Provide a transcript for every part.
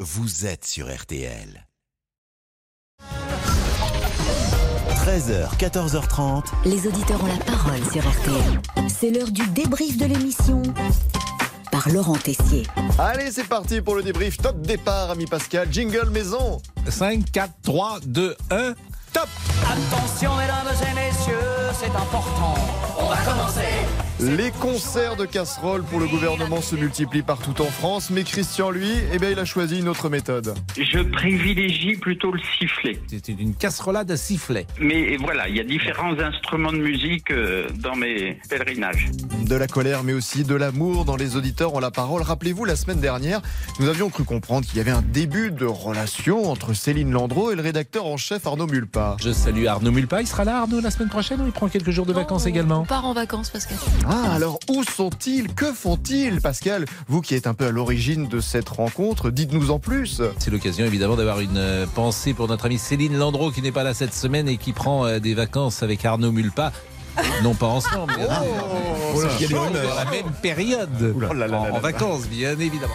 vous êtes sur RTL. 13h, 14h30. Les auditeurs ont la parole sur RTL. C'est l'heure du débrief de l'émission par Laurent Tessier. Allez, c'est parti pour le débrief. Top départ, ami Pascal. Jingle maison. 5, 4, 3, 2, 1, top Attention mesdames et messieurs, c'est important. On va commencer. Les concerts de casseroles pour le gouvernement se multiplient partout en France, mais Christian, lui, eh bien, il a choisi une autre méthode. Je privilégie plutôt le sifflet. C'est une casserolade à sifflet. Mais voilà, il y a différents instruments de musique euh, dans mes pèlerinages. De la colère, mais aussi de l'amour dans les auditeurs ont la parole. Rappelez-vous, la semaine dernière, nous avions cru comprendre qu'il y avait un début de relation entre Céline Landreau et le rédacteur en chef Arnaud Mulpa. Je salue Arnaud Mulpa. Il sera là, Arnaud, la semaine prochaine ou il prend quelques jours de vacances Oh. on également part en vacances, Pascal. Ah, alors où sont-ils Que font-ils Pascal, vous qui êtes un peu à l'origine de cette rencontre, dites-nous en plus. C'est l'occasion évidemment d'avoir une euh, pensée pour notre amie Céline Landreau qui n'est pas là cette semaine et qui prend euh, des vacances avec Arnaud Mulpa. Non pas ensemble, bien sûr. Parce là. qu'ils sont dans la même période. Oh. Oula. Oh là là en, là en là. vacances, bien évidemment.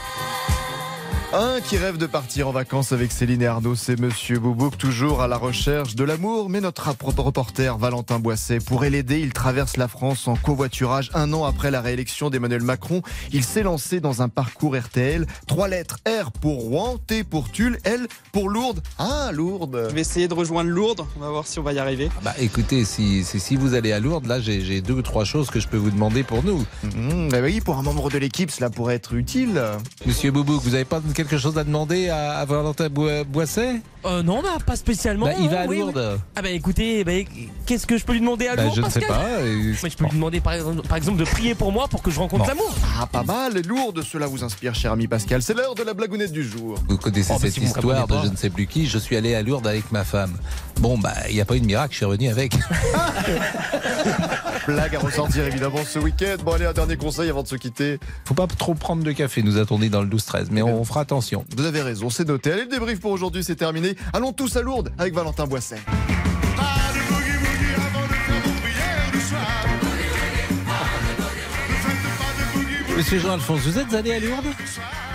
Un qui rêve de partir en vacances avec Céline et Arnaud, c'est Monsieur Boubouk, toujours à la recherche de l'amour. Mais notre rap- reporter Valentin Boisset pourrait l'aider. Il traverse la France en covoiturage un an après la réélection d'Emmanuel Macron. Il s'est lancé dans un parcours RTL. Trois lettres R pour Rouen, T pour Tulle, L pour Lourdes. Ah, Lourdes Je vais essayer de rejoindre Lourdes, on va voir si on va y arriver. Bah écoutez, si, si, si vous allez à Lourdes, là j'ai j'ai deux ou trois choses que je peux vous demander pour nous. Mhm, eh oui, pour un membre de l'équipe, cela pourrait être utile. Monsieur Boubouk, vous n'avez pas quelque chose à demander à, à Valentin Boi- Boisset Euh, non, bah, pas spécialement. Bah, Il va à Oui, oui. Lourdes. Ah bah écoutez, bah, qu'est-ce que je peux lui demander à Bah, Lourdes je ne sais Pascal pas. euh, Mais je peux lui demander par exemple, par exemple de prier pour moi pour que je rencontre Bon. l'amour. Ah, pas mal. Lourdes, cela vous inspire, cher ami Pascal. C'est l'heure de la blagounette du jour. Vous connaissez Oh, bah, cette si vous histoire de comprenez pas. je ne sais plus qui, je suis allé à Lourdes avec ma femme. Bon, bah, il n'y a pas eu de miracle, je suis revenu avec. Blague à ressortir évidemment ce week-end. Bon, allez, un dernier conseil avant de se quitter. Faut pas trop prendre de café, nous a-t-on dit dans le 12-13, mais on, on fera attention. Vous avez raison, c'est noté. Allez, le débrief pour aujourd'hui, c'est terminé. Allons tous à Lourdes avec Valentin Boisset. Monsieur Jean-Alphonse, vous êtes allé à Lourdes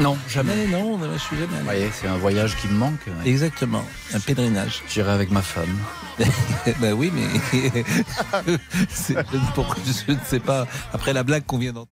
Non, Jamais, non, je suis jamais Vous allé. voyez, c'est un voyage qui me manque. ouais. Exactement, un pèlerinage. J'irai avec ma femme. Bah ben oui, mais c'est- pour- je ne sais pas, après la blague qu'on vient d'entendre.